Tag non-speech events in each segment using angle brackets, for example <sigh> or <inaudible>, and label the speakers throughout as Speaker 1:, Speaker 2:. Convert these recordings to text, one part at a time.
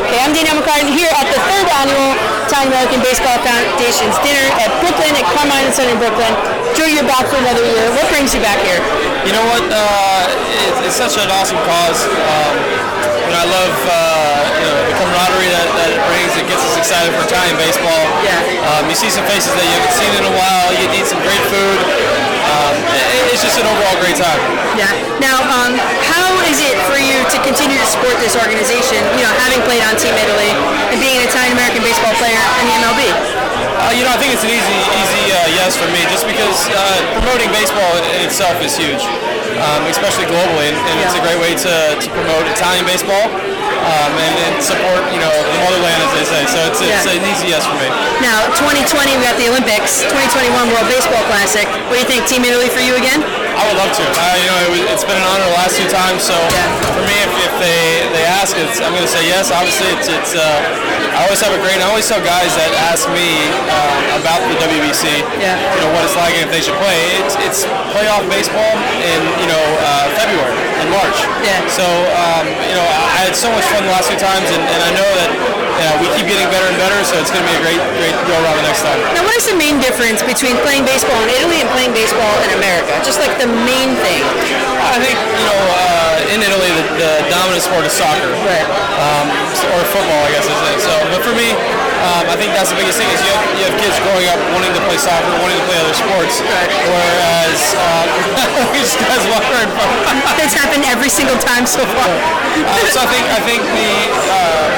Speaker 1: Monday Night McCartan here at the third annual Italian American Baseball Foundation's dinner at Brooklyn at Carmine Center in Brooklyn. Drew, you're back for another year. What brings you back here?
Speaker 2: You know what? Uh, it, it's such an awesome cause. Um, and I love uh, you know, the camaraderie that, that it brings. It gets us excited for Italian baseball.
Speaker 1: Yeah.
Speaker 2: Um, you see some faces that you haven't seen in a while. You eat some great food. Um, it, it's just an overall great time.
Speaker 1: Yeah. Now, um, how is it for you to continue to support this organization? You know, having played on Team Italy and being an Italian American baseball player in the MLB.
Speaker 2: Uh, you know, I think it's an easy, easy uh, yes for me, just because uh, promoting baseball in, in itself is huge, um, especially globally, and, and it's a
Speaker 1: Yeah.
Speaker 2: great way to, to promote Italian baseball um, and, and support, you know, the motherland, as they say. So it's, it's
Speaker 1: Yeah.
Speaker 2: an easy yes for me.
Speaker 1: Now, 2020 we got the Olympics. 2021 World Baseball Classic. What do you think, Team Italy for you again?
Speaker 2: I would love to. I, Uh, you know, it was, it's been an honor the last two times. So
Speaker 1: Yeah.
Speaker 2: for me, if, if they they ask, it's, I'm going to say yes. Obviously, it's it's. Uh, I always have a great. I always tell guys that ask me um, about the WBC.
Speaker 1: Yeah.
Speaker 2: You know what it's like and if they should play. It's it's playoff baseball in you know uh, February and March.
Speaker 1: Yeah.
Speaker 2: So um, you know I, I had so much fun the last two times, and, and I know that uh, we keep getting better and better. So it's going to be a great great go around the next time.
Speaker 1: Now, what is the main difference between playing baseball in Italy and playing baseball in America? Just like the main thing.
Speaker 2: I think you know uh, in Italy the, the dominant sport is soccer.
Speaker 1: Right.
Speaker 2: um, or football, I guess is it. So, but for me, um, I think that's the biggest thing is you have, you have kids growing up wanting to play soccer, wanting to play other sports, whereas um, <laughs> we just guys walk right in front.
Speaker 1: That's happened every single time so far.
Speaker 2: Uh, so I think I think the uh,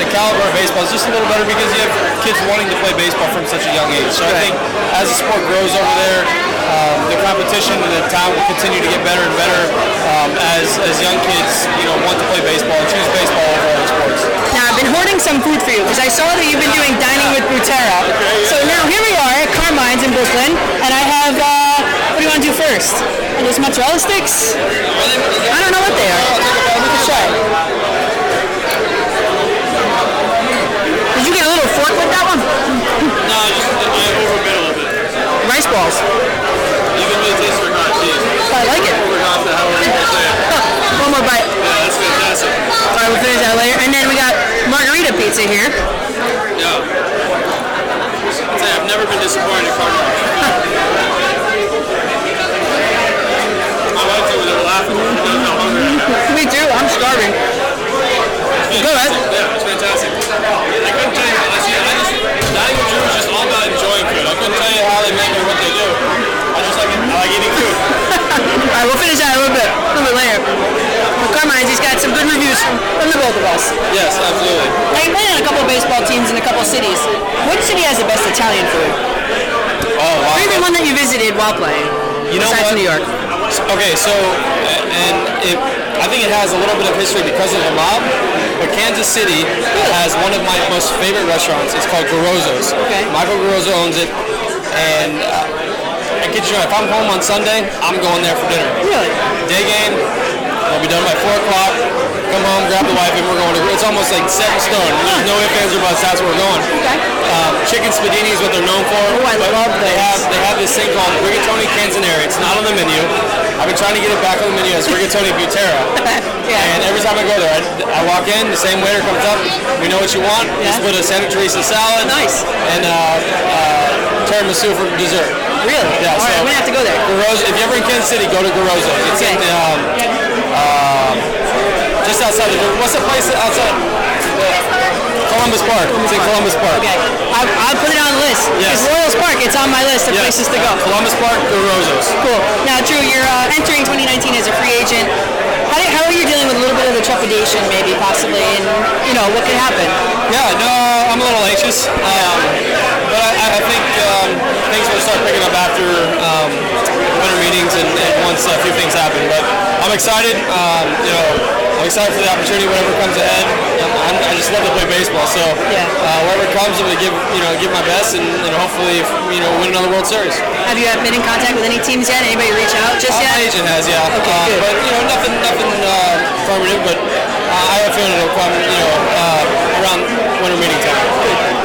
Speaker 2: the caliber of baseball is just a little better because you have kids wanting to play baseball from such a young age. So I think as the sport grows over there, um, the competition and the time will continue to get better and better um, as as young kids you know want to play baseball and choose baseball over other sports.
Speaker 1: Now, I've been hoarding some food for you because I saw that you've been doing Dining with Butera. So now here we are at Carmine's in Brooklyn, and I have, uh, what do you want to do first? Are those mozzarella sticks? I don't know what they are. We can try. Did you get a little fork with that one?
Speaker 2: No, just the overmiddle of it.
Speaker 1: Rice balls.
Speaker 2: You can really taste the ricotta cheese.
Speaker 1: I like it.
Speaker 2: Ricotta, however you want to say
Speaker 1: <laughs>
Speaker 2: it.
Speaker 1: Huh, One more bite.
Speaker 2: Yeah, that's fantastic.
Speaker 1: All right, we'll finish that later. And then we got margarita pizza here.
Speaker 2: Yeah. I'll tell you, I've never been disappointed at Carmel. My wife's over there laughing. She doesn't know how hungry I am.
Speaker 1: We do. I'm starving.
Speaker 2: It's
Speaker 1: Go ahead.
Speaker 2: fantastic. Yeah, it's fantastic. I couldn't tell you, I see, I just, dining with Drew is just all about enjoying food. I couldn't tell you how they make it or what they do. I just like, I like eating food.
Speaker 1: All right, we'll finish that a little bit, a little bit later. But Carmine's, he's got some good reviews from, from the both of us.
Speaker 2: Yes, absolutely.
Speaker 1: Now, you played on a couple of baseball teams in a couple of cities. Which city has the best Italian food?
Speaker 2: Oh, wow.
Speaker 1: Or even one that you visited while playing?
Speaker 2: You know
Speaker 1: besides
Speaker 2: what?
Speaker 1: New York.
Speaker 2: Okay, so a- and it, I think it has a little bit of history because of the mob, but Kansas City has one of my most favorite restaurants. It's called Garozzo's.
Speaker 1: Okay.
Speaker 2: Michael Garozzo owns it, and uh, I kid you not, if I'm home on Sunday, I'm going there for dinner.
Speaker 1: Really?
Speaker 2: Day game, we'll be done by four o'clock. Come home, grab the wife, and we're going to. It's almost like set in stone. There's no ifs, ands, or buts. That's where we're going.
Speaker 1: Okay.
Speaker 2: Um, chicken spadini is what they're known for.
Speaker 1: Oh, I
Speaker 2: but
Speaker 1: love
Speaker 2: They
Speaker 1: those.
Speaker 2: have they have this thing called rigatoni canzonere. It's not on the menu. I've been trying to get it back on the menu as rigatoni
Speaker 1: <laughs>
Speaker 2: butera.
Speaker 1: yeah.
Speaker 2: And every time I go there, I, I walk in, the same waiter comes up. We know what you want.
Speaker 1: Yeah.
Speaker 2: Just put a Santa Teresa salad.
Speaker 1: Nice.
Speaker 2: And uh, uh, tiramisu for dessert.
Speaker 1: Really? All
Speaker 2: Yeah,
Speaker 1: right,
Speaker 2: so-
Speaker 1: I'm gonna have to go there.
Speaker 2: Garozzo, if you're ever in Kansas City, go to Garozzo. It's in
Speaker 1: Okay.
Speaker 2: um, uh, just outside of what's the place outside? Columbus Park. It's in Columbus Park.
Speaker 1: Okay. I'll, I'll put it on the list.
Speaker 2: Yes.
Speaker 1: It's Royals Park. It's on my list of
Speaker 2: Yes.
Speaker 1: places to go.
Speaker 2: Columbus Park, Garozzo's.
Speaker 1: Cool. Now, Drew, you're uh, entering 2019 as a free agent. How, do, how are you dealing with a little bit of the trepidation, maybe, possibly, and, you know, what could happen?
Speaker 2: Yeah, no, I'm a little anxious, um, but I, I I think um, things will start picking up after um, winter meetings and, and once a few things happen. But I'm excited. Um, you know, I'm excited for the opportunity, whatever comes ahead. Um, I'm, I just love to play baseball, so
Speaker 1: Yeah.
Speaker 2: uh, whatever comes, I'm gonna give you know give my best and, and hopefully you know win another World Series.
Speaker 1: Have you been in contact with any teams yet? Anybody reach out just
Speaker 2: Uh,
Speaker 1: yet?
Speaker 2: My agent has, yeah.
Speaker 1: Okay,
Speaker 2: Uh,
Speaker 1: good.
Speaker 2: But you know, nothing, nothing uh, affirmative. But uh, I have a feeling it'll come, you know, uh, around winter meeting time.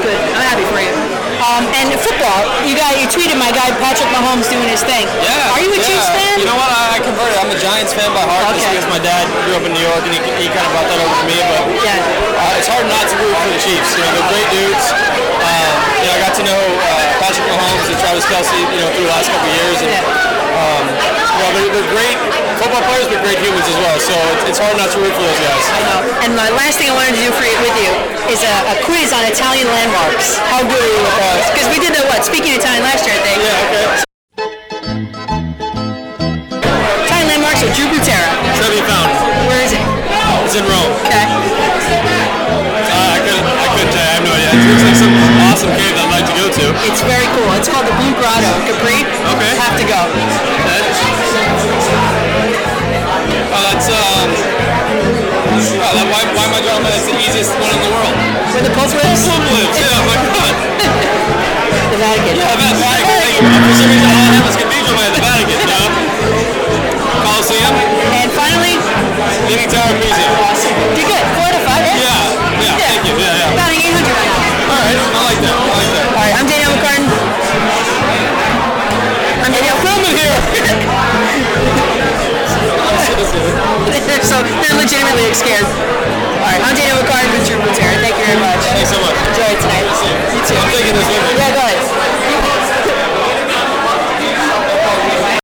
Speaker 1: Good. I'm happy for you. Um, And football, you got you tweeted my guy Patrick Mahomes doing his thing.
Speaker 2: Yeah.
Speaker 1: Are you a
Speaker 2: yeah.
Speaker 1: Chiefs fan?
Speaker 2: You know what? I, I converted. I'm a Giants fan by heart just
Speaker 1: Okay.
Speaker 2: because my dad grew up in New York and he, he kind of brought that over to me. But
Speaker 1: Yeah.
Speaker 2: uh, it's hard not to root for the Chiefs. You know, they're great dudes. Um, you know, I got to know uh, Patrick Mahomes and Travis Kelsey, you know, through the last couple of years. And,
Speaker 1: Yeah.
Speaker 2: um, you know, they're, they're great football players, but great humans as well. So it's, it's hard not to root for those guys.
Speaker 1: I know. And the last thing I wanted to do for you, with you is a, a quiz on Italian landmarks. How good are you with those?
Speaker 2: uh,
Speaker 1: Because we did the what? Speaking Italian last year, I think.
Speaker 2: Yeah, okay.
Speaker 1: Italian landmarks are Drew Butera.
Speaker 2: So you found
Speaker 1: Where is it?
Speaker 2: It's in Rome.
Speaker 1: Okay.
Speaker 2: Uh, I couldn't, I couldn't tell you. I have no idea. It looks like some awesome cave that I'd like to go to.
Speaker 1: It's very cool. It's called the Blue Grotto. Capri.
Speaker 2: Okay.
Speaker 1: Have to go.
Speaker 2: Oh, that's, um, oh, that, why, why am I drawing that? It's the easiest one in the world.
Speaker 1: Where the Pope lives?
Speaker 2: Boom lips, yeah, oh my god.
Speaker 1: <laughs> The Vatican.
Speaker 2: Yeah, that's Vatican. Thank you. For some reason, all I have is cathedral man, the Vatican, you know? Colosseum,
Speaker 1: And finally,
Speaker 2: Leaning Tower of Pisa.
Speaker 1: awesome. You're good. Four out of five.
Speaker 2: Yeah, yeah, thank you, yeah, yeah.
Speaker 1: About an 800 right now.
Speaker 2: Alright, I like that, I like that.
Speaker 1: All right, I'm Danielle McCartan. I'm Danielle
Speaker 2: Filming here!
Speaker 1: they're <laughs> so they're legitimately scared. All right, I'm Danielle McCartan with Drew Butera. Thank you very much.
Speaker 2: Thanks so much.
Speaker 1: Enjoy tonight. You too.
Speaker 2: I'm taking this with me.
Speaker 1: Yeah, go ahead.